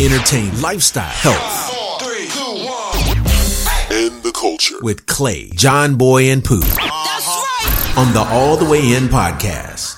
entertain, lifestyle, health, Four, three, two, one. In the culture. with Clay, John Boy, and Pooh That's right. on the All the Way In podcast.